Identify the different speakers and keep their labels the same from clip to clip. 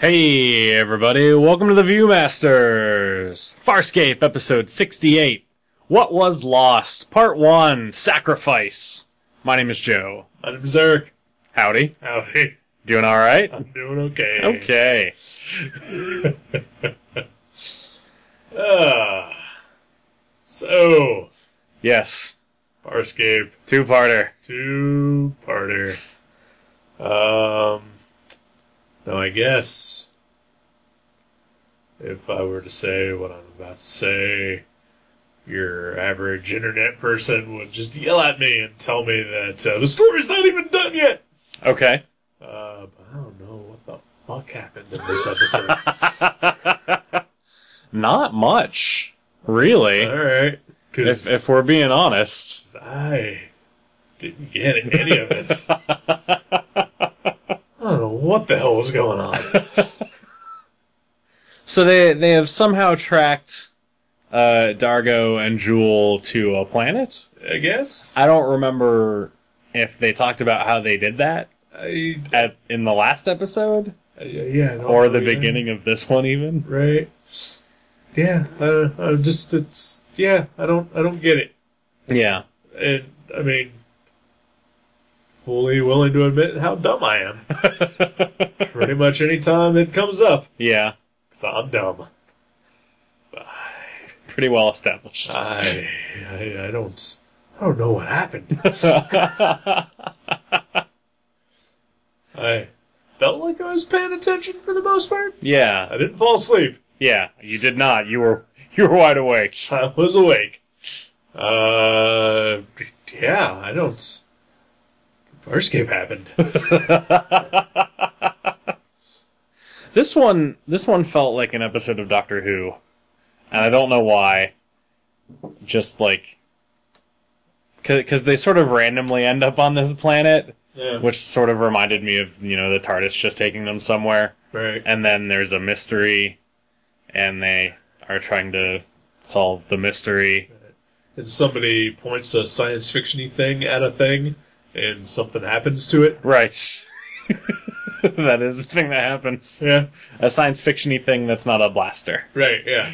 Speaker 1: Hey, everybody, welcome to the Viewmasters! Farscape, episode 68. What was lost? Part 1 Sacrifice. My name is Joe.
Speaker 2: I'm Zerk.
Speaker 1: Howdy.
Speaker 2: Howdy.
Speaker 1: Doing alright?
Speaker 2: I'm doing okay.
Speaker 1: Okay.
Speaker 2: Ah. so,
Speaker 1: Yes.
Speaker 2: Farscape,
Speaker 1: Two parter.
Speaker 2: two parter. Um, now I guess if I were to say what I'm about to say, your average internet person would just yell at me and tell me that uh, the story's not even done yet.
Speaker 1: Okay.
Speaker 2: Uh, but I don't know what the fuck happened in this episode.
Speaker 1: Not much. Really.
Speaker 2: All right,
Speaker 1: If,
Speaker 2: because
Speaker 1: if we're being honest.
Speaker 2: I didn't get any of it. I don't know what the hell was going on.
Speaker 1: So they, they have somehow tracked, uh, Dargo and Jewel to a planet?
Speaker 2: I guess
Speaker 1: I don't remember if they talked about how they did that.
Speaker 2: I,
Speaker 1: at in the last episode
Speaker 2: I yeah, I don't
Speaker 1: or the
Speaker 2: know either.
Speaker 1: beginning of this one even
Speaker 2: right? Yeah, I, I just it's yeah, I don't I don't get it,
Speaker 1: yeah
Speaker 2: and I mean, fully willing to admit how dumb I am. Pretty much any time it comes up,
Speaker 1: yeah
Speaker 2: because I'm dumb.
Speaker 1: pretty well established
Speaker 2: I, I I don't I don't know what happened. I felt like I was paying attention for the most part.
Speaker 1: yeah
Speaker 2: I didn't fall asleep.
Speaker 1: yeah you did not you were you were wide awake
Speaker 2: I was awake. Uh, yeah, I don't. Farscape happened.
Speaker 1: this one this one felt like an episode of doctor who and i don't know why just like because they sort of randomly end up on this planet
Speaker 2: yeah,
Speaker 1: which sort of reminded me of you know the tardis just taking them somewhere
Speaker 2: right.
Speaker 1: and then there's a mystery, and they are trying to solve the mystery.
Speaker 2: And somebody points a science fiction-y thing at a thing, and something happens to it.
Speaker 1: Right. that is the thing that happens.
Speaker 2: Yeah.
Speaker 1: A science fictiony thing that's not a blaster.
Speaker 2: Right, yeah.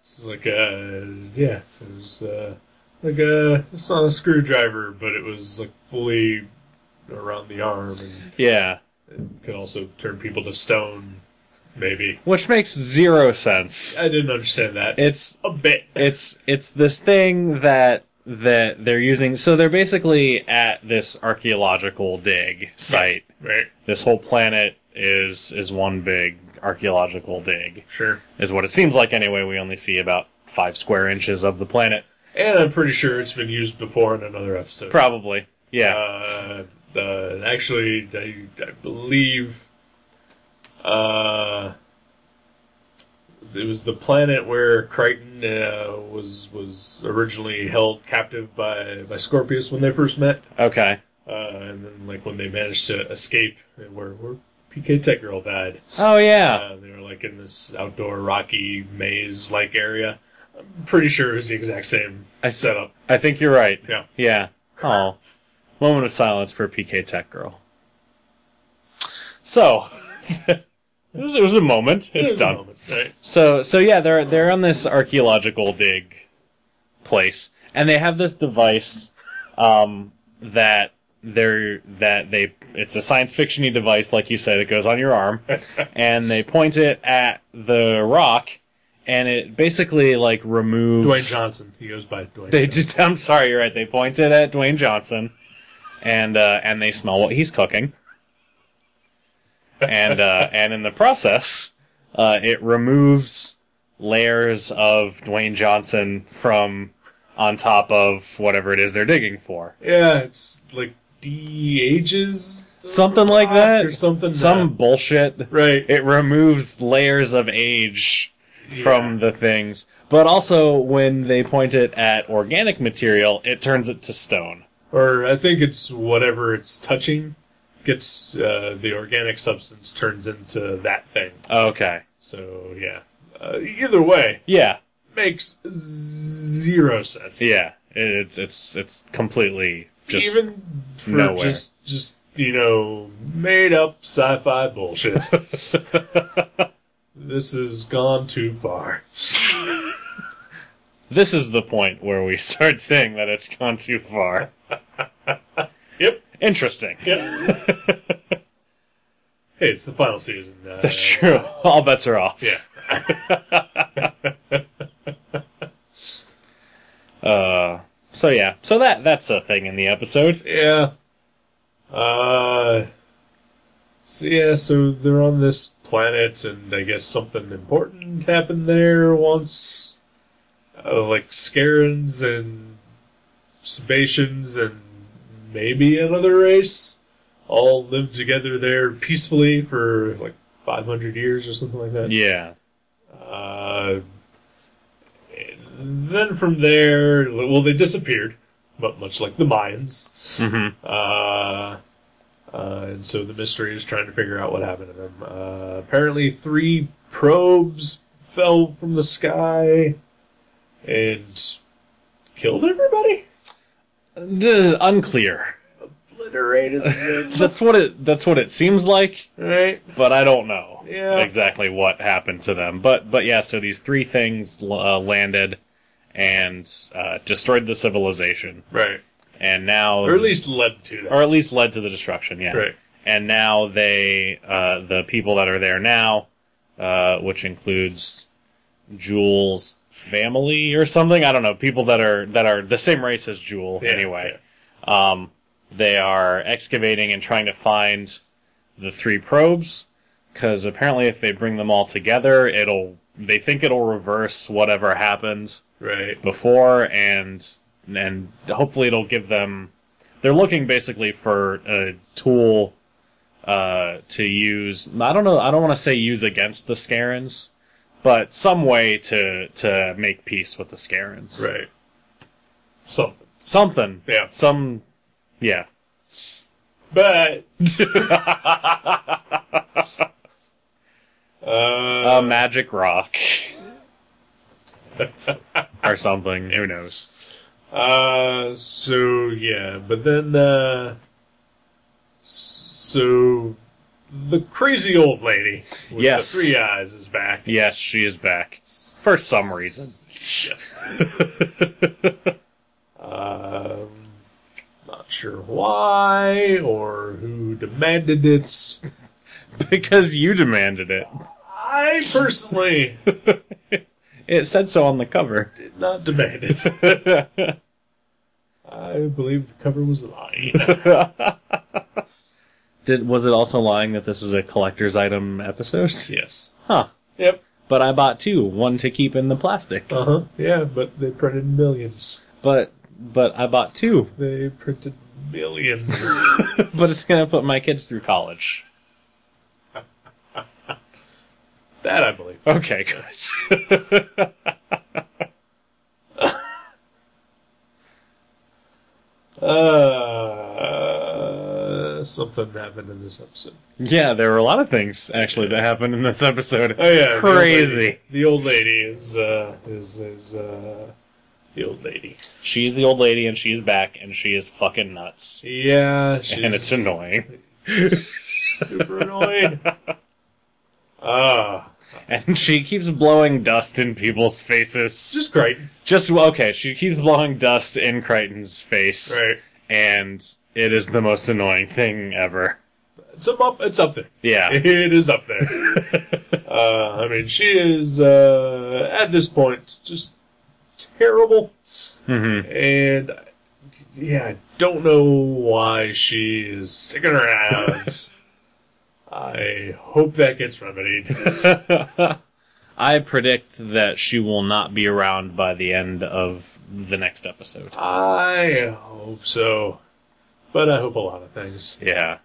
Speaker 2: It's like uh yeah, it was uh like a it's not a screwdriver, but it was like fully around the arm and
Speaker 1: Yeah.
Speaker 2: could also turn people to stone, maybe.
Speaker 1: Which makes zero sense.
Speaker 2: I didn't understand that.
Speaker 1: It's
Speaker 2: a bit.
Speaker 1: it's it's this thing that that they're using so they're basically at this archaeological dig site.
Speaker 2: Right.
Speaker 1: This whole planet is is one big archaeological dig.
Speaker 2: Sure.
Speaker 1: is what it seems like anyway. We only see about five square inches of the planet.
Speaker 2: And I'm pretty sure it's been used before in another episode.
Speaker 1: Probably. Yeah.
Speaker 2: Uh, uh, actually, I, I believe uh, it was the planet where Crichton uh, was was originally held captive by by Scorpius when they first met,
Speaker 1: okay.
Speaker 2: uh, and then like when they managed to escape, where where PK Tech Girl died,
Speaker 1: Oh yeah.
Speaker 2: uh, they were like in this outdoor rocky maze like area. I'm pretty sure it was the exact same
Speaker 1: I s-
Speaker 2: setup.
Speaker 1: I think you're right.
Speaker 2: Yeah.
Speaker 1: Yeah. Oh. Moment of silence for PK Tech Girl. So it, was, it was a moment. It's
Speaker 2: There's a
Speaker 1: done.
Speaker 2: moment, right?
Speaker 1: So so yeah, they're they're on this archaeological dig place, and they have this device um, that they're that they it's a science fictiony device, like you said, it goes on your arm, and they point it at the rock, and it basically like removes.
Speaker 2: Dwayne Johnson. He goes by Dwayne.
Speaker 1: They
Speaker 2: Johnson.
Speaker 1: did. I'm sorry, you're right. They point it at Dwayne Johnson, and uh, and they smell what he's cooking, and uh, and in the process, uh, it removes layers of Dwayne Johnson from on top of whatever it is they're digging for.
Speaker 2: Yeah, it's like DHs.
Speaker 1: Something like that.
Speaker 2: Or something.
Speaker 1: Some bullshit.
Speaker 2: Yeah. Right.
Speaker 1: It removes layers of age from
Speaker 2: Yeah.
Speaker 1: the things. But also, when they point it at organic material, it turns it to stone.
Speaker 2: Or I think it's whatever it's touching gets uh, the organic substance turns into that thing.
Speaker 1: Okay.
Speaker 2: So, yeah. Uh, either way,
Speaker 1: Yeah,
Speaker 2: makes zero sense.
Speaker 1: yeah. It- It's it's it's completely just
Speaker 2: Even for
Speaker 1: nowhere.
Speaker 2: just, just you know, made up sci fi bullshit. this has gone too far.
Speaker 1: This is the point where we start saying that it's gone too far.
Speaker 2: Yep.
Speaker 1: Interesting.
Speaker 2: Yep. hey, it's the final season. Uh,
Speaker 1: That's true. All bets are off.
Speaker 2: Yeah.
Speaker 1: Uh, so yeah. So that that's a thing in the episode.
Speaker 2: Yeah. Uh. So yeah, so they're on this planet, and I guess something important happened there once. Uh, like Scarens and Sebastians and maybe another race all lived together there peacefully for like 500 years or something like that.
Speaker 1: Yeah.
Speaker 2: Uh, and then from there, well, they disappeared, but much like the Mayans.
Speaker 1: Mm-hmm.
Speaker 2: Uh, uh, and so the mystery is trying to figure out what happened to them. Uh, apparently, three probes fell from the sky and killed everybody.
Speaker 1: unclear.
Speaker 2: Obliterated them.
Speaker 1: That's what it. That's what it seems like.
Speaker 2: right?
Speaker 1: but I don't know
Speaker 2: Yeah.
Speaker 1: exactly what happened to them. But but yeah, so these three things uh, landed and uh, destroyed the civilization,
Speaker 2: Right.
Speaker 1: and now
Speaker 2: Or at least led to that.
Speaker 1: or at least led to the destruction. Yeah,
Speaker 2: Right.
Speaker 1: and now they uh, the people that are there now, uh, which includes Jules' family or something. I don't know people that are that are the same race as Jewel
Speaker 2: Yeah,
Speaker 1: anyway. Um, they are excavating and trying to find the three probes because apparently if they bring them all together, it'll they think it'll reverse whatever happened
Speaker 2: Right.
Speaker 1: before and and hopefully it'll give them. They're looking basically for a tool uh, to use. I don't know. I don't want to say use against the Scarens, but some way to to make peace with the Scarens.
Speaker 2: Right. Something.
Speaker 1: Something.
Speaker 2: Yeah.
Speaker 1: Some. Yeah.
Speaker 2: But uh,
Speaker 1: a magic rock or something. Who knows?
Speaker 2: uh, so yeah, but then uh, s- so the crazy old lady with
Speaker 1: Yes.
Speaker 2: the three eyes is back.
Speaker 1: Yes, she is back for some reason.
Speaker 2: Yes. um, not sure why or who demanded it.
Speaker 1: Because you demanded it.
Speaker 2: I personally
Speaker 1: It said so on the cover.
Speaker 2: did not demand it. I believe the cover was lying.
Speaker 1: Did was it also lying that this is a collector's item episode?
Speaker 2: yes.
Speaker 1: Huh.
Speaker 2: Yep.
Speaker 1: But I bought two, one to keep in the plastic.
Speaker 2: Uh huh. Yeah, but they printed millions.
Speaker 1: But but I bought two.
Speaker 2: They printed millions.
Speaker 1: But it's gonna put my kids through college.
Speaker 2: that I believe.
Speaker 1: Okay, good.
Speaker 2: Uh, something happened in this episode.
Speaker 1: yeah, there were a lot of things actually that happened in this episode.
Speaker 2: Oh yeah, the old
Speaker 1: Crazy.
Speaker 2: lady- The old lady, is uh is is uh the old lady.
Speaker 1: She's the old lady and she's back and she is fucking nuts.
Speaker 2: Yeah, she's
Speaker 1: And it's annoying.
Speaker 2: super annoyed. Ah,
Speaker 1: And she keeps blowing dust in people's
Speaker 2: it's
Speaker 1: faces.
Speaker 2: just great,
Speaker 1: Just okay, she keeps blowing dust in Crichton's face.
Speaker 2: right?
Speaker 1: And it is the most annoying thing ever.
Speaker 2: It's up, up it's up there.
Speaker 1: Yeah.
Speaker 2: It is up there. uh, I mean, she is uh, at this point just terrible,
Speaker 1: Mm-hmm.
Speaker 2: and yeah, I don't know why she is sticking around. I hope that gets remedied.
Speaker 1: I predict that she will not be around by the end of the next episode.
Speaker 2: I hope so, but I hope a lot of things,
Speaker 1: Yeah.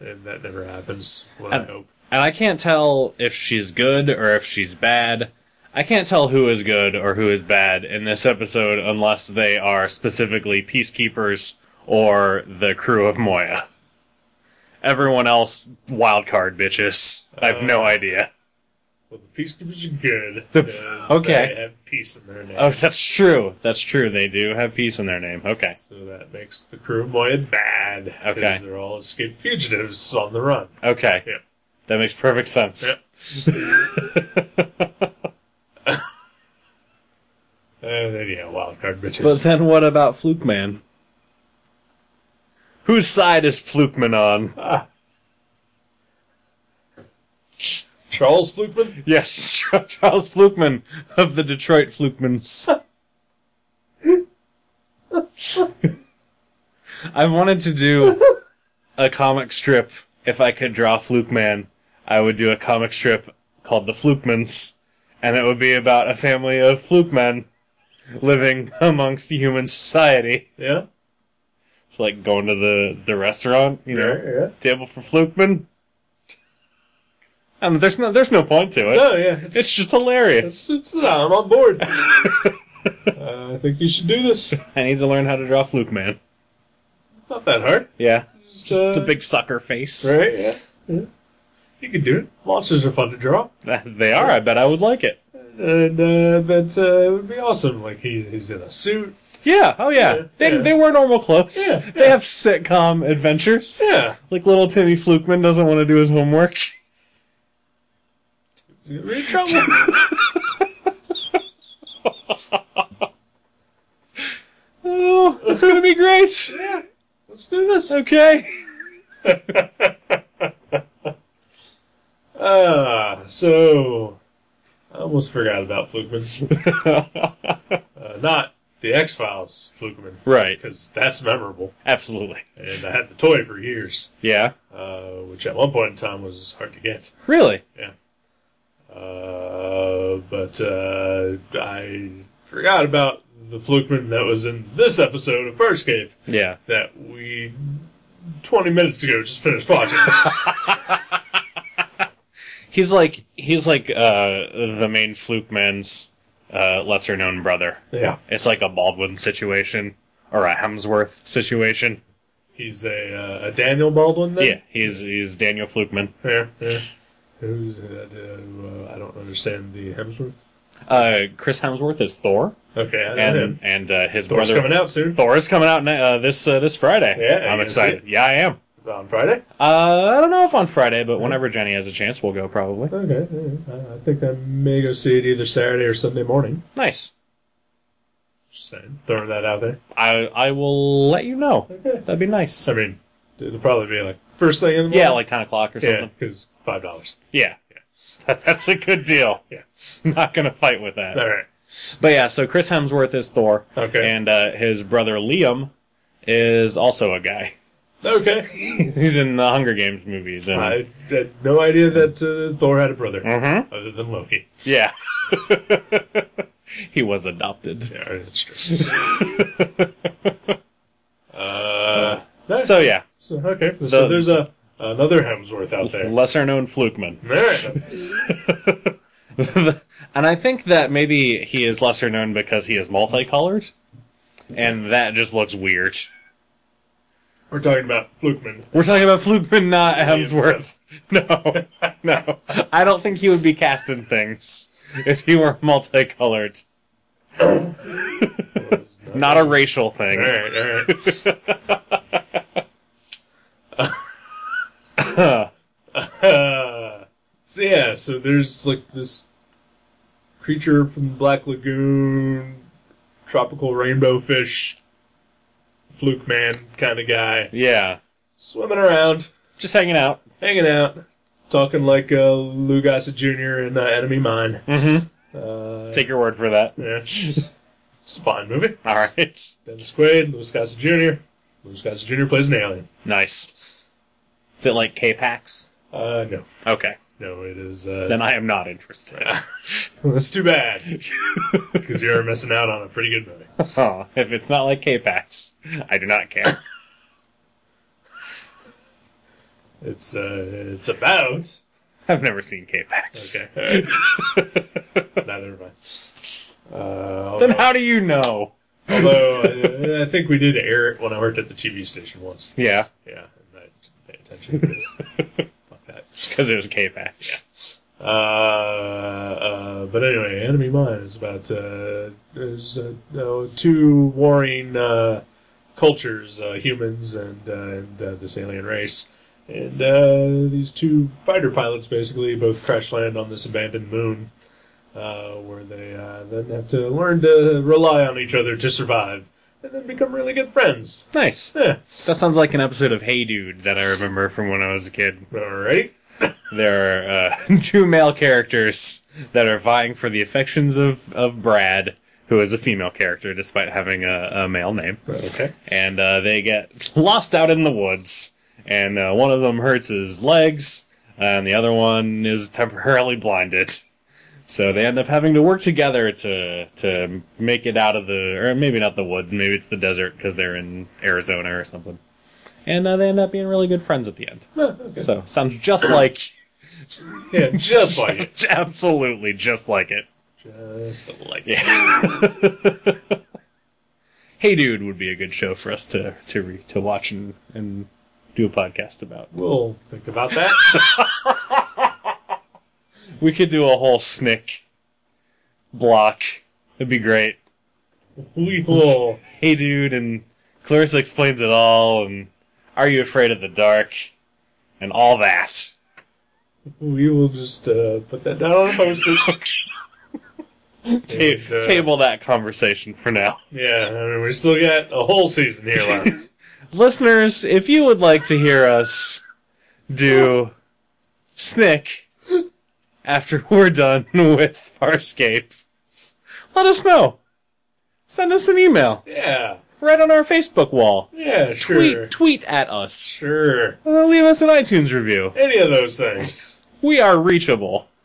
Speaker 2: and that never happens. What I
Speaker 1: And-
Speaker 2: hope.
Speaker 1: And I can't tell if she's good or if she's bad. I can't tell who is good or who is bad in this episode unless they are specifically peacekeepers or the crew of Moya. Uh, Everyone else, wildcard bitches. I have no idea.
Speaker 2: Well, the Peacekeepers are good.
Speaker 1: The-
Speaker 2: 'cause
Speaker 1: okay.
Speaker 2: They have peace in their name.
Speaker 1: Oh, that's true. That's true. They do have peace in their name. Okay.
Speaker 2: So that makes the crew Moya bad. 'cause
Speaker 1: Okay.
Speaker 2: They're all escaped fugitives on the run.
Speaker 1: Okay.
Speaker 2: Yeah.
Speaker 1: That makes perfect sense.
Speaker 2: Yeah. And then, Uh, yeah, wildcard bitches.
Speaker 1: But then what about Fluke Man? Whose side is Fluke Man on?
Speaker 2: Charles Flukman?
Speaker 1: Yes, Charles Flukeman of the Detroit Flukemans. I wanted to do a comic strip. If I could draw Flukeman, I would do a comic strip called The Flukemans, and it would be about a family of Flukemen living amongst human society.
Speaker 2: Yeah.
Speaker 1: It's like going to the, the restaurant, you know,
Speaker 2: Yeah,
Speaker 1: table for Flukeman. I mean, there's no there's no point to it.
Speaker 2: No, Oh, yeah. It's,
Speaker 1: It's just hilarious.
Speaker 2: it's, it's- I'm on board. uh, I think you should do this.
Speaker 1: I need to learn how to draw Fluke Man.
Speaker 2: Not that hard.
Speaker 1: Yeah.
Speaker 2: Just,
Speaker 1: Just
Speaker 2: uh,
Speaker 1: the big sucker face.
Speaker 2: Right, yeah. yeah. You can do it. Monsters are fun to draw.
Speaker 1: Uh, They are. I bet I would like it.
Speaker 2: And uh, but uh, it would be awesome. Like he, he's in a suit.
Speaker 1: Yeah. Oh, yeah.
Speaker 2: Yeah,
Speaker 1: they,
Speaker 2: yeah.
Speaker 1: they wear normal clothes.
Speaker 2: Yeah,
Speaker 1: They have sitcom adventures.
Speaker 2: Yeah,
Speaker 1: Like little Timmy Flukeman doesn't want to do his homework.
Speaker 2: he's gonna be in trouble.
Speaker 1: Oh, it's going to be great.
Speaker 2: yeah, let's do this.
Speaker 1: Okay.
Speaker 2: Uh, so I almost forgot about Flukman. Uh, not the X Files Flukman,
Speaker 1: right.
Speaker 2: because that's memorable,
Speaker 1: Absolutely.
Speaker 2: and I had the toy for years,
Speaker 1: Yeah.
Speaker 2: uh, which at one point in time was hard to get.
Speaker 1: Really?
Speaker 2: Uh, but uh, I forgot about the Flukeman that was in this episode of First Cave
Speaker 1: Yeah.
Speaker 2: that we 20 minutes ago just finished watching.
Speaker 1: He's like he's like uh the main Flukeman's uh lesser known brother.
Speaker 2: yeah,
Speaker 1: It's like a Baldwin situation or a Hemsworth situation.
Speaker 2: he's a uh, a Daniel Baldwin. Then?
Speaker 1: Yeah, he's he's Daniel Flukeman.
Speaker 2: yeah, yeah. Who's uh, uh, I don't understand the Hemsworth.
Speaker 1: Uh, Chris Hemsworth is Thor,
Speaker 2: Okay, I know
Speaker 1: and
Speaker 2: him.
Speaker 1: and uh, his
Speaker 2: Thor's
Speaker 1: brother
Speaker 2: coming out soon
Speaker 1: Thor is coming out ne- uh, this uh, this Friday.
Speaker 2: Yeah, are you
Speaker 1: I'm
Speaker 2: gonna
Speaker 1: excited. Yeah, I am.
Speaker 2: on Friday.
Speaker 1: Uh, I don't know if on Friday, but whenever Jenny has a chance, we'll go probably.
Speaker 2: Okay, yeah, I- I think I may go see it either Saturday or Sunday morning.
Speaker 1: Nice.
Speaker 2: Just saying, throwing that out there.
Speaker 1: I I will let you know.
Speaker 2: Okay,
Speaker 1: That'd be nice.
Speaker 2: I mean, it'll probably be like first thing in the morning.
Speaker 1: Yeah, like ten o'clock or
Speaker 2: Yeah,
Speaker 1: something.
Speaker 2: because five dollars.
Speaker 1: Yeah, That- that's a good deal.
Speaker 2: Yeah.
Speaker 1: Not gonna fight with that.
Speaker 2: All right.
Speaker 1: But yeah, so Chris Hemsworth is Thor,
Speaker 2: Okay.
Speaker 1: and uh, his brother Liam is also a guy.
Speaker 2: okay.
Speaker 1: He's in the Hunger Games movies and.
Speaker 2: I had no idea that uh, Thor had a brother
Speaker 1: Mhm.
Speaker 2: other than Loki.
Speaker 1: Yeah. he was adopted.
Speaker 2: Yeah, that's true. uh, no,
Speaker 1: So yeah,
Speaker 2: so- okay. so there's a another Hemsworth out there.
Speaker 1: lesser known Flukeman.
Speaker 2: All right.
Speaker 1: and I think that maybe he is lesser known because he is multicolored. And that just looks weird.
Speaker 2: We're talking about Flukeman.
Speaker 1: We're talking about Flukeman, not Hemsworth.
Speaker 2: Himself.
Speaker 1: No, no. I don't think he would be cast in things if he were multicolored. Not a racial
Speaker 2: All
Speaker 1: thing.
Speaker 2: right, all right. Uh, so yeah, so there's like this creature from the Black Lagoon, tropical rainbow fish, fluke man kind of guy,
Speaker 1: yeah.
Speaker 2: swimming around,
Speaker 1: Just hanging out.
Speaker 2: hanging out, talking like uh, Lou Gossett Jr. in uh, Enemy Mine.
Speaker 1: Mm-hmm.
Speaker 2: Uh,
Speaker 1: Take your word for that.
Speaker 2: yeah. it's a fine movie.
Speaker 1: All right.
Speaker 2: Dennis Quaid, Louis Gossett Jr. Louis Gossett Jr. plays an alien.
Speaker 1: Nice. Is it like K-Pax?
Speaker 2: Uh, no,
Speaker 1: Okay.
Speaker 2: no, it is. Uh,
Speaker 1: Then I am not interested.
Speaker 2: that's too bad because you're missing out on a pretty good movie.
Speaker 1: Oh, if it's not like K-Pax, I do not care.
Speaker 2: It's uh, it's about
Speaker 1: I've never seen K-Pax.
Speaker 2: okay. all right. Neither have I. Uh,
Speaker 1: Then
Speaker 2: although
Speaker 1: how do you know?
Speaker 2: although, uh, I think we did air it when I worked at the TV station once.
Speaker 1: Yeah,
Speaker 2: Yeah, and I didn't pay attention because fuck that.
Speaker 1: because it was K-Pax.
Speaker 2: Uh, uh, but anyway, Enemy Mine is about uh, there's uh, no, two warring uh, cultures, uh, humans and, uh, and uh, this alien race. And uh, these two fighter pilots basically both crash land on this abandoned moon, uh, where they uh, then have to learn to rely on each other to survive, and then become really good friends. Eh,
Speaker 1: Nice.
Speaker 2: Yeah.
Speaker 1: That sounds like an episode of Hey Dude that I remember from when I was a kid.
Speaker 2: Alrighty.
Speaker 1: There are uh, two male characters that are vying for the affections of, of Brad, who is a female character despite having a, a male name.
Speaker 2: Okay.
Speaker 1: and uh, they get lost out in the woods. And uh, one of them hurts his legs, and the other one is temporarily blinded. So they end up having to work together to to make it out of the, or maybe not the woods, maybe it's the desert because they're in Arizona or something. And uh, they end up being really good friends at the end.
Speaker 2: Huh, okay.
Speaker 1: So sounds just like,
Speaker 2: yeah, just like it.
Speaker 1: absolutely just like it.
Speaker 2: Just like it.
Speaker 1: Yeah. hey, dude, would be a good show for us to to re, to watch and and do a podcast about.
Speaker 2: We'll think about that.
Speaker 1: We could do a whole Snick block. That'd be great.
Speaker 2: we will.
Speaker 1: Hey, dude, and Clarissa explains it all, and Are you afraid of the dark, and all that.
Speaker 2: We will just uh, put that down on a post-it.
Speaker 1: Ta-
Speaker 2: And, uh,
Speaker 1: table that conversation for now.
Speaker 2: Yeah, I mean, we still got a whole season here left.
Speaker 1: Listeners, if you would like to hear us do Snick after we're done with Farscape, let us know. Send us an email
Speaker 2: yeah,
Speaker 1: right on our Facebook wall.
Speaker 2: yeah, sure,
Speaker 1: Tweet, tweet at us.
Speaker 2: sure.
Speaker 1: Uh, leave us an iTunes review.
Speaker 2: Any of those things.
Speaker 1: We are reachable.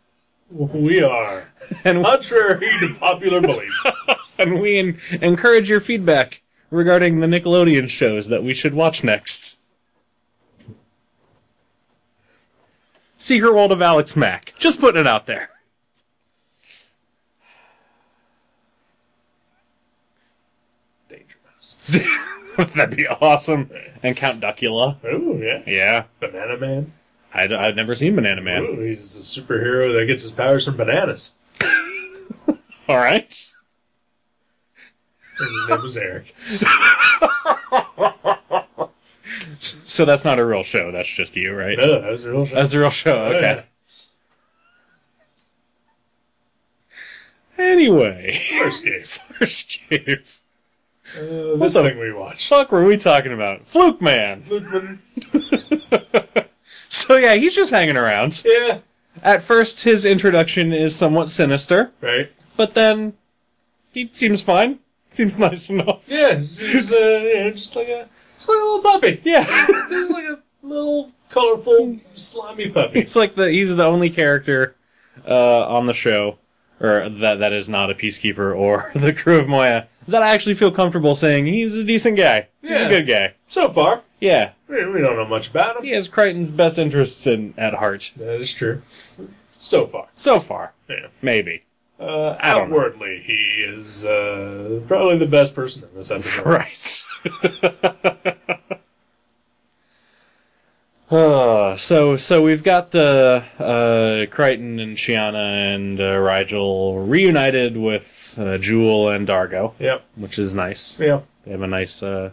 Speaker 2: We are
Speaker 1: And,
Speaker 2: contrary to popular belief.
Speaker 1: and we en- encourage your feedback regarding the Nickelodeon shows that we should watch next. Secret World of Alex Mack. Just putting it out there.
Speaker 2: Danger Mouse.
Speaker 1: That'd be awesome. And Count Duckula.
Speaker 2: Oh yeah,
Speaker 1: Yeah.
Speaker 2: Banana Man.
Speaker 1: I'd, I've never seen Banana Man.
Speaker 2: Ooh, he's a superhero that gets his powers from bananas.
Speaker 1: All right.
Speaker 2: And His name was Eric.
Speaker 1: So that's not a real show. That's just you, right?
Speaker 2: No, that was a real show.
Speaker 1: That's a real show.
Speaker 2: Oh, yeah.
Speaker 1: Okay. Anyway,
Speaker 2: First game.
Speaker 1: first game.
Speaker 2: Uh, this
Speaker 1: the-
Speaker 2: thing we watched.
Speaker 1: Fuck, were we talking about Fluke Man?
Speaker 2: Ludwig.
Speaker 1: So yeah, he's just hanging around.
Speaker 2: Yeah.
Speaker 1: At first, his introduction is somewhat sinister,
Speaker 2: Right.
Speaker 1: but then he seems fine. Seems nice enough.
Speaker 2: Yeah, he's, he's uh, yeah, just like a, just like a little puppy.
Speaker 1: Yeah.
Speaker 2: He's like a little colorful slimy puppy.
Speaker 1: He's like the he's the only character uh, on the show, or that that is not a peacekeeper or the crew of Moya that I actually feel comfortable saying he's a decent guy. He's a
Speaker 2: Yeah.
Speaker 1: good guy.
Speaker 2: So far,
Speaker 1: Yeah,
Speaker 2: we, we don't know much about him.
Speaker 1: he has Crichton's best interests in, at heart
Speaker 2: That is true. So far,
Speaker 1: so far.
Speaker 2: Yeah.
Speaker 1: Maybe
Speaker 2: uh,
Speaker 1: I don't know.
Speaker 2: outwardly, he is uh, probably the best person in this episode.
Speaker 1: right. Uh, so so we've got the uh, Crichton and Shiana and uh, Rigel reunited with uh, Jewel and Dargo,
Speaker 2: Yep.
Speaker 1: which is nice.
Speaker 2: Yeah.
Speaker 1: They have a nice, uh,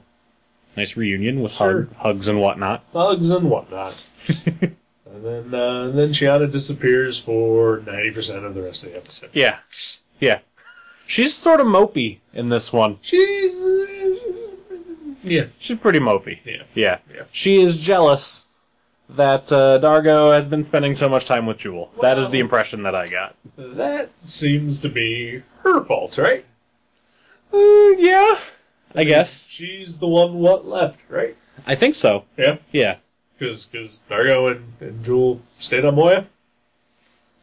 Speaker 1: nice reunion with
Speaker 2: Sure.
Speaker 1: hug, hugs and whatnot.
Speaker 2: Bugs and whatnot. and then, uh, and then Chiana disappears for ninety percent of the rest of the episode.
Speaker 1: Yeah, yeah. She's sort of mopey in this one.
Speaker 2: She's.
Speaker 1: uh,
Speaker 2: Yeah.
Speaker 1: She's pretty mopey.
Speaker 2: Yeah.
Speaker 1: yeah.
Speaker 2: Yeah.
Speaker 1: She is jealous that uh, Dargo has been spending so much time with Jewel. that is the
Speaker 2: Well-
Speaker 1: impression that I got.
Speaker 2: That seems to be her fault, right?
Speaker 1: Uh, yeah, I guess.
Speaker 2: She's the one what left, right?
Speaker 1: I think so.
Speaker 2: Yeah,
Speaker 1: Yeah,
Speaker 2: because Dargo and, and Jewel stayed on Moya.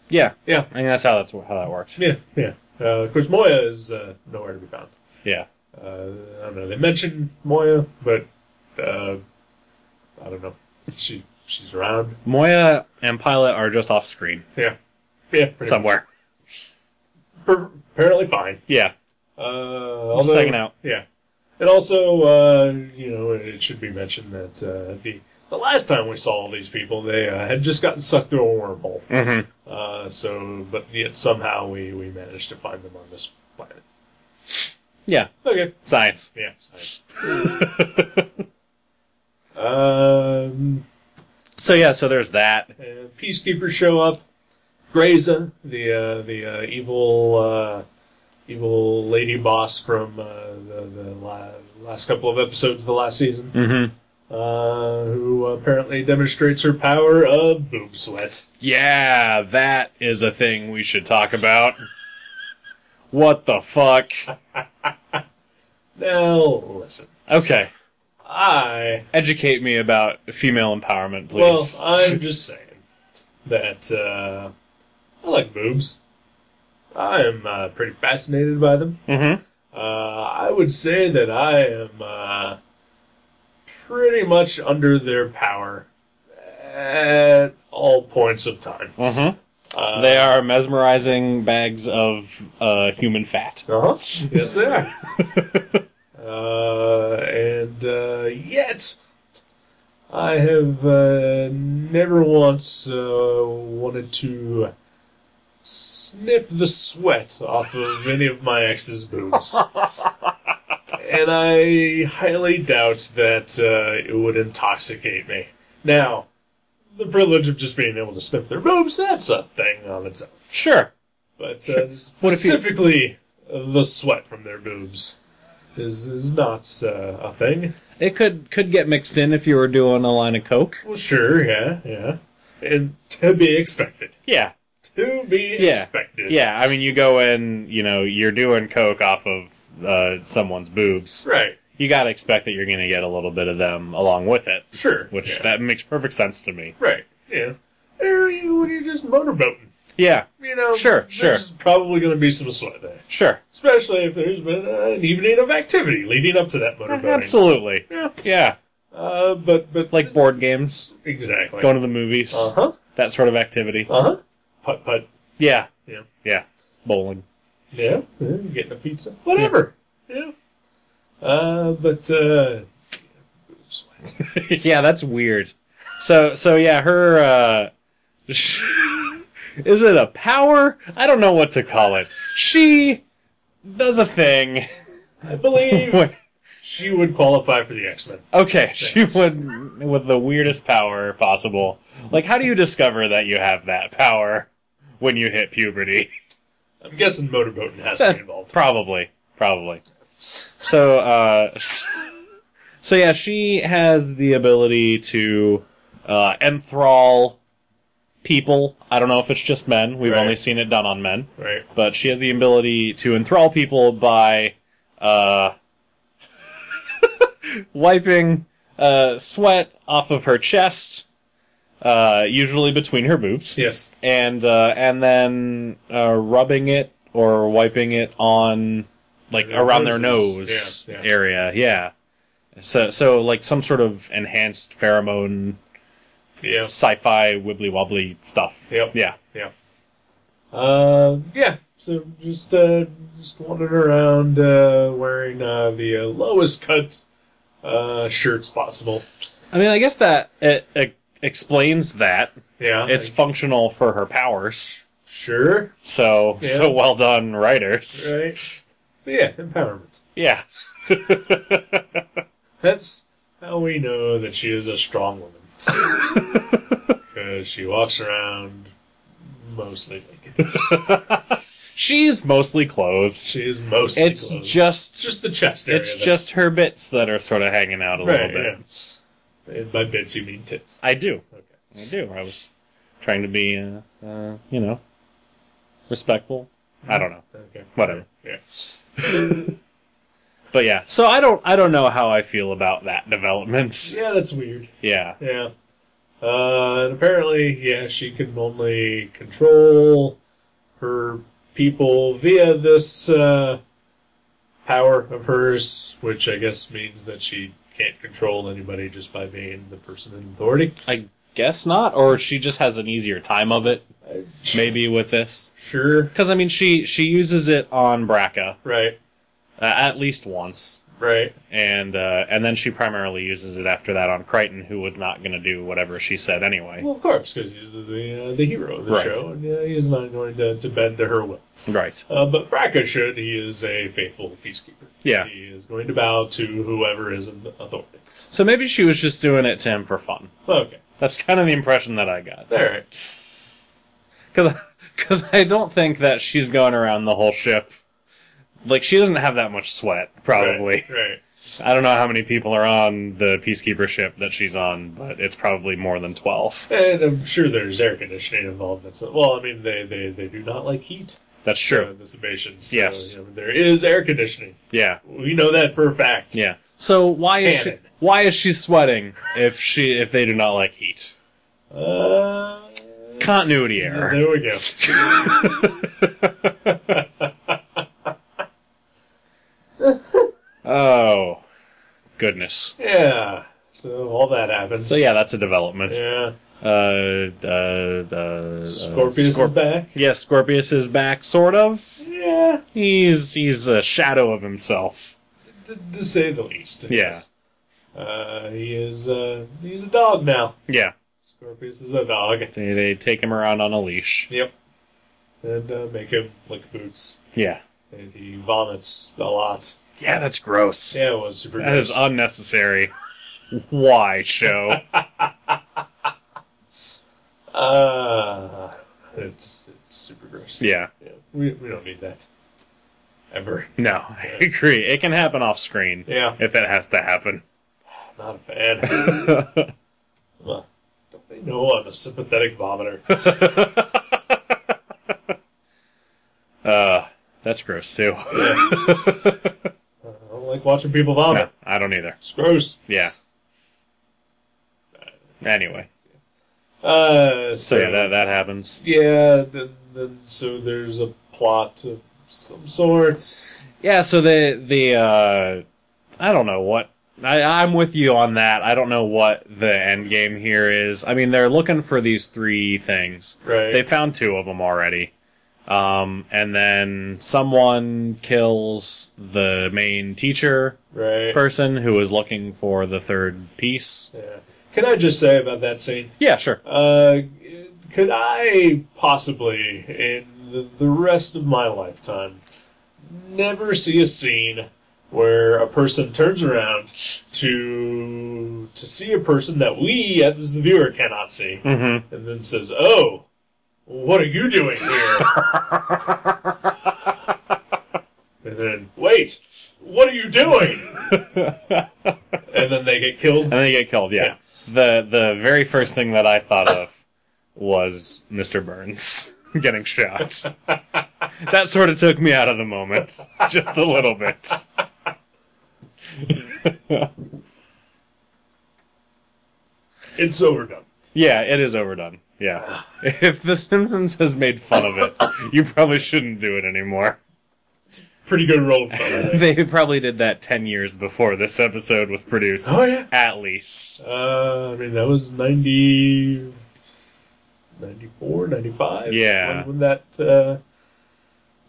Speaker 1: yeah.
Speaker 2: Yeah,
Speaker 1: I mean, that's how that's how that works.
Speaker 2: yeah, yeah. Uh, of course, Moya is uh, nowhere to be found.
Speaker 1: Yeah,
Speaker 2: Uh, I don't know. They mentioned Moya, but uh, I don't know. She she's around.
Speaker 1: Moya and Pilot are just off screen
Speaker 2: Yeah, yeah. pretty
Speaker 1: somewhere.
Speaker 2: much. Per- apparently fine.
Speaker 1: Yeah,
Speaker 2: Uh, although,
Speaker 1: hanging out.
Speaker 2: Yeah, and also uh, you know it should be mentioned that uh, the the last time we saw all these people, they uh, had just gotten sucked through a wormhole.
Speaker 1: Mm-hmm.
Speaker 2: Uh, so, but yet somehow we, we managed to find them on this planet.
Speaker 1: Yeah,
Speaker 2: Okay.
Speaker 1: science.
Speaker 2: Yeah, science. um,
Speaker 1: So yeah, so there's that.
Speaker 2: uh, peacekeepers show up. Graza, the uh, the uh, evil uh, evil lady boss from uh, the, the la- last couple of episodes of the last season,
Speaker 1: Mm-hmm.
Speaker 2: uh, who apparently demonstrates her power of boob sweat.
Speaker 1: Yeah, that is a thing we should talk about. what the fuck?
Speaker 2: Now listen,
Speaker 1: Okay,
Speaker 2: I
Speaker 1: educate me about female empowerment,
Speaker 2: well,
Speaker 1: please.
Speaker 2: I'm just saying that uh, I like boobs. I'm uh, pretty fascinated by them.
Speaker 1: mm-hmm.
Speaker 2: Uh, I would say that I am uh, pretty much under their power at all points of time.
Speaker 1: Mm-hmm.
Speaker 2: Uh,
Speaker 1: They are mesmerizing bags of uh, human fat.
Speaker 2: Uh-huh. Yes, they are. uh, and uh, yet, I have uh, never once uh, wanted to sniff the sweat off of any of my ex's boobs. and I highly doubt that uh, it would intoxicate me. Now, the privilege of just being able to sniff their boobs, that's a thing on its own.
Speaker 1: Sure.
Speaker 2: But uh,
Speaker 1: What if you-
Speaker 2: specifically, uh, the sweat from their boobs is is not uh, a thing.
Speaker 1: It could could get mixed in if you were doing a line of coke.
Speaker 2: Well, sure, yeah, yeah, and to be expected.
Speaker 1: Yeah.
Speaker 2: To be
Speaker 1: Yeah.
Speaker 2: expected.
Speaker 1: Yeah, I mean, you go in, you know, you're doing coke off of uh, someone's boobs.
Speaker 2: Right.
Speaker 1: You gotta expect that you're gonna get a little bit of them along with it,
Speaker 2: Sure.
Speaker 1: which
Speaker 2: yeah.
Speaker 1: that makes perfect sense to me.
Speaker 2: right. Yeah. Or you when you're just motorboating,
Speaker 1: Yeah,
Speaker 2: you know.
Speaker 1: Sure,
Speaker 2: There's
Speaker 1: sure.
Speaker 2: probably going to be some sweat there,
Speaker 1: sure,
Speaker 2: especially if there's been uh, an evening of activity leading up to that
Speaker 1: Uh,
Speaker 2: motorboating.
Speaker 1: absolutely.
Speaker 2: Yeah.
Speaker 1: Yeah,
Speaker 2: Uh, but but
Speaker 1: like board games,
Speaker 2: exactly.
Speaker 1: going to the movies,
Speaker 2: Uh huh.
Speaker 1: that sort of activity.
Speaker 2: Uh huh. Putt putt.
Speaker 1: Yeah,
Speaker 2: Yeah.
Speaker 1: yeah, bowling.
Speaker 2: Yeah, yeah, getting a pizza, whatever. Yeah. Uh, but uh,
Speaker 1: yeah, that's weird. So, so yeah, her. uh Is it a power? I don't know what to call it. She does a thing.
Speaker 2: I believe
Speaker 1: Wait.
Speaker 2: she would qualify for the X Men.
Speaker 1: Okay, she would with the weirdest power possible. Like, how do you discover that you have that power when you hit puberty?
Speaker 2: I'm guessing motorboating has to be involved.
Speaker 1: probably, probably. So, uh, so yeah, she has the ability to uh, enthrall people. I don't know if it's just men. We've
Speaker 2: Right.
Speaker 1: only seen it done on men,
Speaker 2: Right.
Speaker 1: but she has the ability to enthrall people by uh, wiping uh, sweat off of her chest, uh, usually between her boobs,
Speaker 2: Yes.
Speaker 1: and uh, and then uh, rubbing it or wiping it on like
Speaker 2: Their
Speaker 1: around their
Speaker 2: noses.
Speaker 1: nose
Speaker 2: Yeah, yeah.
Speaker 1: area. Yeah. So so like some sort of enhanced pheromone
Speaker 2: Yeah.
Speaker 1: sci-fi wibbly wobbly stuff.
Speaker 2: Yep.
Speaker 1: Yeah.
Speaker 2: Yeah. Uh, yeah. So just uh, just wandering around uh, wearing uh, the uh, lowest cut uh, shirts possible.
Speaker 1: I mean, I guess that it, it explains that.
Speaker 2: Yeah.
Speaker 1: It's
Speaker 2: I-
Speaker 1: functional for her powers.
Speaker 2: sure.
Speaker 1: So
Speaker 2: Yeah.
Speaker 1: so well done, writers.
Speaker 2: Right. But yeah. Empowerment.
Speaker 1: Yeah.
Speaker 2: That's how we know that she is a strong woman. Because she walks around mostly naked.
Speaker 1: She's mostly clothed.
Speaker 2: She is mostly
Speaker 1: It's
Speaker 2: clothed. It's
Speaker 1: just
Speaker 2: just the chest area.
Speaker 1: it's
Speaker 2: that's-
Speaker 1: just her bits that are sort of hanging out a little
Speaker 2: right,
Speaker 1: bit.
Speaker 2: yeah. And by bits, you mean tits.
Speaker 1: I do.
Speaker 2: Okay.
Speaker 1: I do. I was trying to be, uh, uh, you know, respectful. I don't know.
Speaker 2: Okay.
Speaker 1: Whatever.
Speaker 2: Yeah.
Speaker 1: But yeah. So I don't. I don't know how I feel about that development.
Speaker 2: Yeah, that's weird.
Speaker 1: Yeah.
Speaker 2: Yeah. Uh, and apparently, yeah, she can only control her people via this uh, power of hers, which I guess means that she can't control anybody just by being the person in authority.
Speaker 1: I guess not. Or she just has an easier time of it.
Speaker 2: I-
Speaker 1: Maybe with this.
Speaker 2: Sure.
Speaker 1: Because I mean, she she uses it on Braca
Speaker 2: Right.
Speaker 1: uh, at least once.
Speaker 2: Right.
Speaker 1: and uh, and then she primarily uses it after that on Crichton, who was not going to do whatever she said anyway.
Speaker 2: Well, of course, because he's the the, uh, the hero of the
Speaker 1: Right.
Speaker 2: show, and uh, he's not going to, to bend to her will.
Speaker 1: Right.
Speaker 2: Uh, but Braca should. He is a faithful peacekeeper.
Speaker 1: Yeah.
Speaker 2: He is going to bow to whoever is in authority.
Speaker 1: So maybe she was just doing it to him for fun.
Speaker 2: Okay.
Speaker 1: That's kind of the impression that I got.
Speaker 2: All right.
Speaker 1: Because I don't think that she's going around the whole ship. Like, she doesn't have that much sweat, probably.
Speaker 2: Right. right.
Speaker 1: I don't know how many people are on the Peacekeeper ship that she's on, but it's probably more than 12.
Speaker 2: And I'm sure there's air conditioning involved. That's well, I mean, they, they, they do not like heat.
Speaker 1: That's
Speaker 2: Uh,
Speaker 1: true.
Speaker 2: the Sebastians. So,
Speaker 1: Yes.
Speaker 2: you know, there is air conditioning.
Speaker 1: Yeah.
Speaker 2: We know that for a fact.
Speaker 1: Yeah. So why is
Speaker 2: Cannon.
Speaker 1: she, why is she sweating if she if they do not like heat?
Speaker 2: Uh,
Speaker 1: Continuity error.
Speaker 2: there we go.
Speaker 1: Oh, goodness.
Speaker 2: Yeah. So all that happens.
Speaker 1: So yeah, that's a development.
Speaker 2: Yeah.
Speaker 1: Uh, uh, uh,
Speaker 2: Scorpius
Speaker 1: Scorp-
Speaker 2: is back.
Speaker 1: Yeah, Scorpius is back, sort of.
Speaker 2: Yeah.
Speaker 1: He's he's a shadow of himself.
Speaker 2: To, to say the least.
Speaker 1: Yeah.
Speaker 2: yes. Uh, he is. Uh, he's a dog now.
Speaker 1: Yeah,
Speaker 2: Scorpius is a dog.
Speaker 1: they they take him around on a leash.
Speaker 2: Yep. And uh, make him lick boots,
Speaker 1: Yeah,
Speaker 2: and he vomits a lot.
Speaker 1: yeah, that's gross.
Speaker 2: Yeah, it was super.
Speaker 1: That is
Speaker 2: gross.
Speaker 1: unnecessary. Why show?
Speaker 2: Uh, it's, it's super gross.
Speaker 1: yeah,
Speaker 2: Yeah, we, we don't need that. Ever.
Speaker 1: no, I agree. It can happen off screen
Speaker 2: Yeah.
Speaker 1: if it has to happen.
Speaker 2: Not a fan. Well, don't they know I'm a sympathetic vomiter?
Speaker 1: uh, that's gross too.
Speaker 2: I don't like watching people vomit.
Speaker 1: No, I don't either.
Speaker 2: It's gross.
Speaker 1: Yeah. Anyway,
Speaker 2: Uh,
Speaker 1: so yeah, that that happens.
Speaker 2: yeah, then, then so there's a plot of some sorts.
Speaker 1: Yeah, so the the uh I don't know what I, I'm with you on that. I don't know what the end game here is. I mean, they're looking for these three things.
Speaker 2: Right.
Speaker 1: They found two of them already, um, and then someone kills the main teacher
Speaker 2: right.
Speaker 1: person who was looking for the third piece.
Speaker 2: yeah. Can I just say about that scene?
Speaker 1: Yeah, sure.
Speaker 2: Uh, could I possibly, in the, the rest of my lifetime, never see a scene where a person turns around to to see a person that we, as the viewer, cannot see,
Speaker 1: Mm-hmm.
Speaker 2: and then says, "Oh, what are you doing here?" and then, "Wait, what are you doing?" and then they get killed.
Speaker 1: And they get killed. Yeah. The the very first thing that I thought of was Mr. Burns getting shot. that sort of took me out of the moment just a little bit.
Speaker 2: It's overdone.
Speaker 1: Yeah, it is overdone. Yeah. If The Simpsons has made fun of it, you probably shouldn't do it anymore.
Speaker 2: Pretty good roll of fun. I think.
Speaker 1: They probably did that 10 years before this episode was produced.
Speaker 2: Oh, yeah.
Speaker 1: At least.
Speaker 2: Uh, I mean, that was 90, 94, 95.
Speaker 1: Yeah.
Speaker 2: When, when that, uh,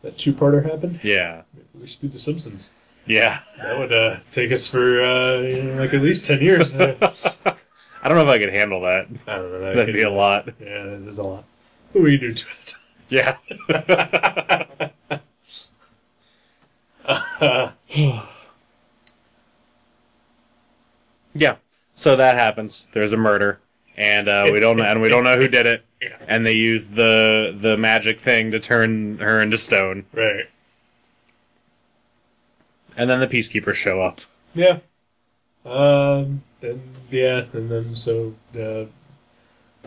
Speaker 2: that two-parter happened.
Speaker 1: Yeah.
Speaker 2: Maybe we should do The Simpsons.
Speaker 1: Yeah.
Speaker 2: That would, uh, take us for, uh, you know, like at least 10 years. I don't
Speaker 1: I don't know if I could handle that.
Speaker 2: know. That
Speaker 1: That'd
Speaker 2: could-
Speaker 1: be a lot.
Speaker 2: Yeah, that is a lot. What we do to it?
Speaker 1: Yeah.
Speaker 2: Uh,
Speaker 1: yeah. So that happens. There's a murder, and uh, we don't and we don't know who did it.
Speaker 2: Yeah.
Speaker 1: And they use the the magic thing to turn her into stone,
Speaker 2: Right.
Speaker 1: and then the peacekeepers show up.
Speaker 2: Yeah. Um, and, yeah, and then so, uh,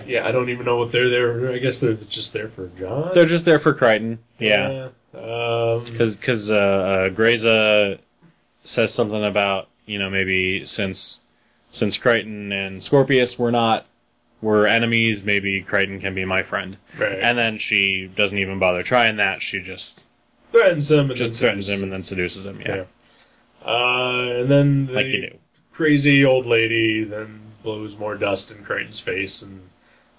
Speaker 2: yeah, I don't even know what they're there. I guess they're just there for John.
Speaker 1: They're just there for Crichton. Yeah.
Speaker 2: Yeah. Um,
Speaker 1: Because because uh, uh, Greza says something about you know maybe since since Crichton and Scorpius were not were enemies, maybe Crichton can be my friend.
Speaker 2: right.
Speaker 1: And then she doesn't even bother trying that. She just
Speaker 2: threatens him and
Speaker 1: just
Speaker 2: then
Speaker 1: threatens him and then seduces him. Yeah,
Speaker 2: Yeah. Uh, and then the
Speaker 1: like you do.
Speaker 2: crazy old lady then blows more dust in Crichton's face and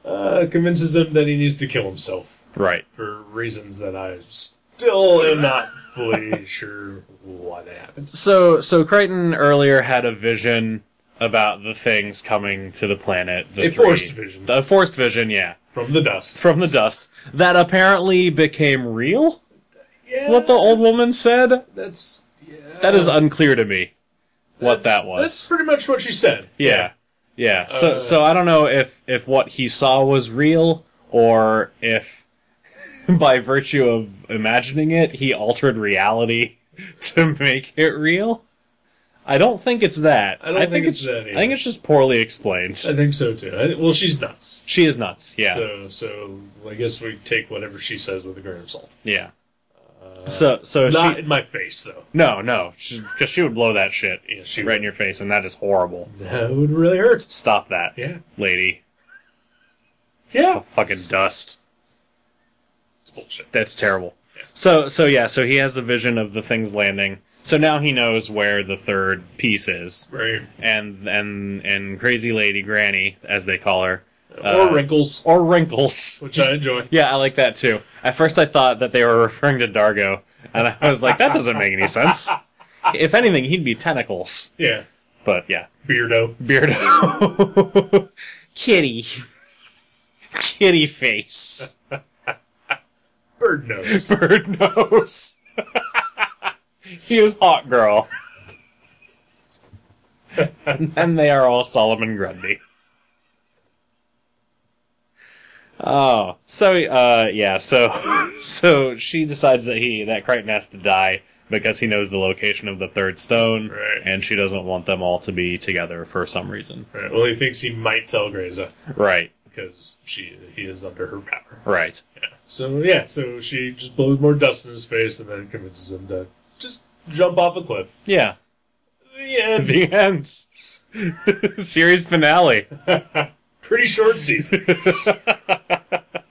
Speaker 2: uh, convinces him that he needs to kill himself
Speaker 1: Right.
Speaker 2: for reasons that I s- still am not fully sure why that happened.
Speaker 1: So, so Crichton earlier had a vision about the things coming to the planet. The
Speaker 2: A
Speaker 1: three-
Speaker 2: forced vision.
Speaker 1: A forced vision, yeah,
Speaker 2: From the dust.
Speaker 1: from the dust that apparently became real.
Speaker 2: Yeah,
Speaker 1: What the old woman said.
Speaker 2: That's yeah.
Speaker 1: That is unclear to me. What
Speaker 2: That's-
Speaker 1: that was.
Speaker 2: That's pretty much what she said.
Speaker 1: Yeah. Yeah. So
Speaker 2: Uh,
Speaker 1: so I don't know if if what he saw was real or if by virtue of imagining it he altered reality to make it real. I don't think it's that.
Speaker 2: I don't think it's that
Speaker 1: I think
Speaker 2: either.
Speaker 1: it's just poorly explained.
Speaker 2: I think so too. I, well, she's nuts.
Speaker 1: She is nuts. Yeah.
Speaker 2: So, so I guess we take whatever she says with a grain of salt.
Speaker 1: yeah. so so
Speaker 2: uh, Not
Speaker 1: she
Speaker 2: in my face, though.
Speaker 1: no no because she would blow that shit
Speaker 2: Yeah, she
Speaker 1: right in your face and that is horrible.
Speaker 2: That would really hurt.
Speaker 1: Stop that,
Speaker 2: Yeah.
Speaker 1: lady.
Speaker 2: Yeah.
Speaker 1: Fucking dust.
Speaker 2: Bullshit.
Speaker 1: That's terrible. So so yeah, so he has a vision of the things landing. So now he knows where the third piece is.
Speaker 2: Right.
Speaker 1: And and and crazy lady granny as they call her uh,
Speaker 2: or wrinkles,
Speaker 1: or wrinkles.
Speaker 2: which I enjoy.
Speaker 1: Yeah, I like that too. At first I thought that they were referring to Dargo and I was like that doesn't make any sense. If anything, he'd be tentacles.
Speaker 2: Yeah.
Speaker 1: But yeah,
Speaker 2: Beardo.
Speaker 1: Beardo. Kitty. Kitty face.
Speaker 2: Bird nose.
Speaker 1: Bird nose. he was hot girl. and then they are all Solomon Grundy. Oh, so uh, yeah, so so she decides that he that Crichton has to die because he knows the location of the third stone,
Speaker 2: Right.
Speaker 1: and she doesn't want them all to be together for some reason.
Speaker 2: Right. Well, he thinks he might tell Graza
Speaker 1: Right,
Speaker 2: because she he is under her power.
Speaker 1: right.
Speaker 2: So yeah, so she just blows more dust in his face and then convinces him to just jump off a cliff.
Speaker 1: Yeah,
Speaker 2: The end.
Speaker 1: the end. Series finale.
Speaker 2: Pretty short season.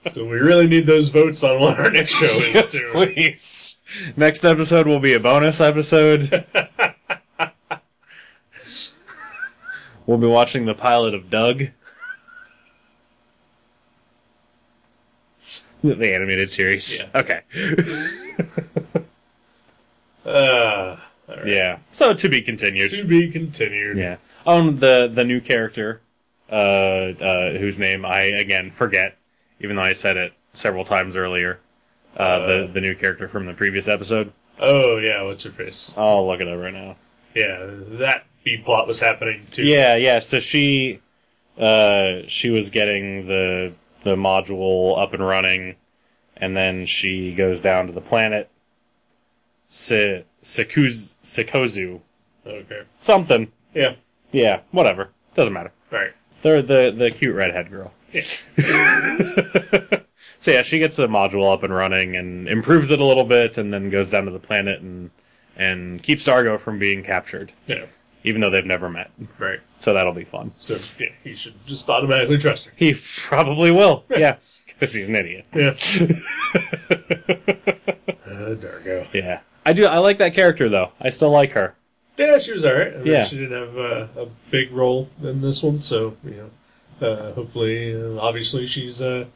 Speaker 2: so we really need those votes on what our next show is
Speaker 1: Yes,
Speaker 2: soon.
Speaker 1: please. Next episode will be a bonus episode. we'll be watching the pilot of Doug. The animated series.
Speaker 2: Yeah.
Speaker 1: Okay.
Speaker 2: Uh, all right.
Speaker 1: Yeah. So to be continued.
Speaker 2: To be continued.
Speaker 1: Yeah. Oh, and the the new character, uh, uh, whose name I again forget, even though I said it several times earlier. Uh, the the new character from the previous episode.
Speaker 2: Oh yeah, what's your face?
Speaker 1: I'll look it up right now.
Speaker 2: Yeah, that B plot was happening too.
Speaker 1: Yeah, yeah. So she, uh, she was getting the the module up and running, and then she goes down to the planet, Se- Sekuz- Sekozu,
Speaker 2: Okay.
Speaker 1: something.
Speaker 2: Yeah.
Speaker 1: Yeah, whatever. Doesn't matter.
Speaker 2: All right.
Speaker 1: They're the the cute redhead girl.
Speaker 2: Yeah.
Speaker 1: So yeah, she gets the module up and running and improves it a little bit, and then goes down to the planet and and keeps Dargo from being captured,
Speaker 2: Yeah.
Speaker 1: even though they've never met.
Speaker 2: Right.
Speaker 1: So that'll be fun.
Speaker 2: So yeah, he should just automatically trust her.
Speaker 1: He probably will. Yeah, because he's an idiot.
Speaker 2: Yeah. uh, Dargo.
Speaker 1: Yeah, I do. I like that character though. I still like her.
Speaker 2: Yeah, she was all right. I mean,
Speaker 1: Yeah.
Speaker 2: she didn't have uh, a big role in this one, so you know, uh, hopefully, uh, obviously, she's uh,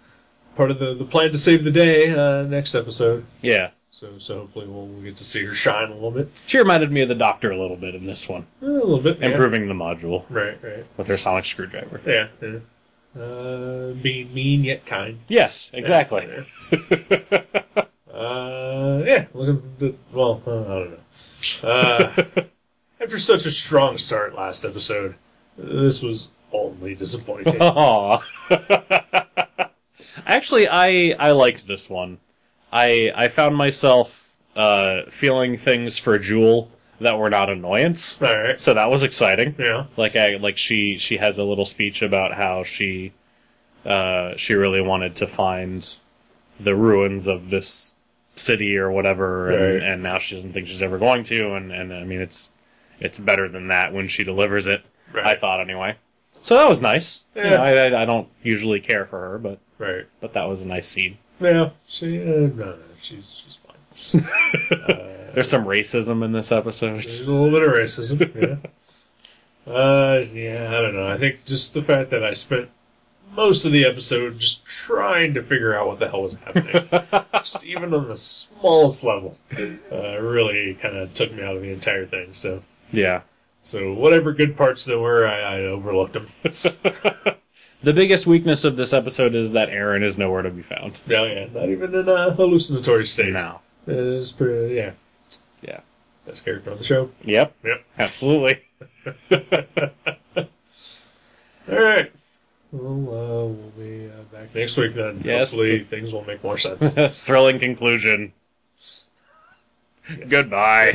Speaker 2: part of the, the plan to save the day uh, next episode.
Speaker 1: Yeah,
Speaker 2: So, so hopefully, we'll, we'll get to see her shine a little bit,
Speaker 1: she reminded me of the Doctor a little bit in this one,
Speaker 2: a little bit. yeah.
Speaker 1: improving the module
Speaker 2: Right, right.
Speaker 1: with her sonic screwdriver.
Speaker 2: Yeah. yeah. Uh, being mean yet kind.
Speaker 1: Yes, exactly.
Speaker 2: Uh, yeah, looking. The, well, uh, I don't know. Uh, after such a strong start last episode, this was only disappointing.
Speaker 1: Aw. Actually, I I liked this one. I I found myself uh, feeling things for Jewel that were not annoyance,
Speaker 2: All right.
Speaker 1: so that was exciting.
Speaker 2: Yeah.
Speaker 1: like I like she she has a little speech about how she uh she really wanted to find the ruins of this city or whatever and,
Speaker 2: Right.
Speaker 1: and now she doesn't think she's ever going to and and I mean it's it's better than that when she delivers it I
Speaker 2: Right.
Speaker 1: thought anyway so that was nice You
Speaker 2: Yeah.
Speaker 1: know, I, I I don't usually care for her but
Speaker 2: Right.
Speaker 1: but that was a nice scene
Speaker 2: Yeah. She. Uh, no, no. She's she's fine. Uh,
Speaker 1: there's some racism in this episode
Speaker 2: There's a little bit of racism. Yeah. Uh, yeah. I don't know. I think just the fact that I spent most of the episode just trying to figure out what the hell was happening. just even on the smallest level, uh, really kind of took me out of the entire thing. So,
Speaker 1: Yeah.
Speaker 2: so whatever good parts there were, I, I overlooked them.
Speaker 1: The biggest weakness of this episode is that Aaron is nowhere to be found.
Speaker 2: yeah, yeah, not even in a hallucinatory state.
Speaker 1: No.
Speaker 2: it's pretty. Yeah,
Speaker 1: Yeah.
Speaker 2: best character on the show.
Speaker 1: Yep.
Speaker 2: Yep.
Speaker 1: Absolutely.
Speaker 2: All right. Well, uh, we'll be uh, back next week then.
Speaker 1: Yes.
Speaker 2: Hopefully, things will make more sense.
Speaker 1: Thrilling conclusion. Goodbye.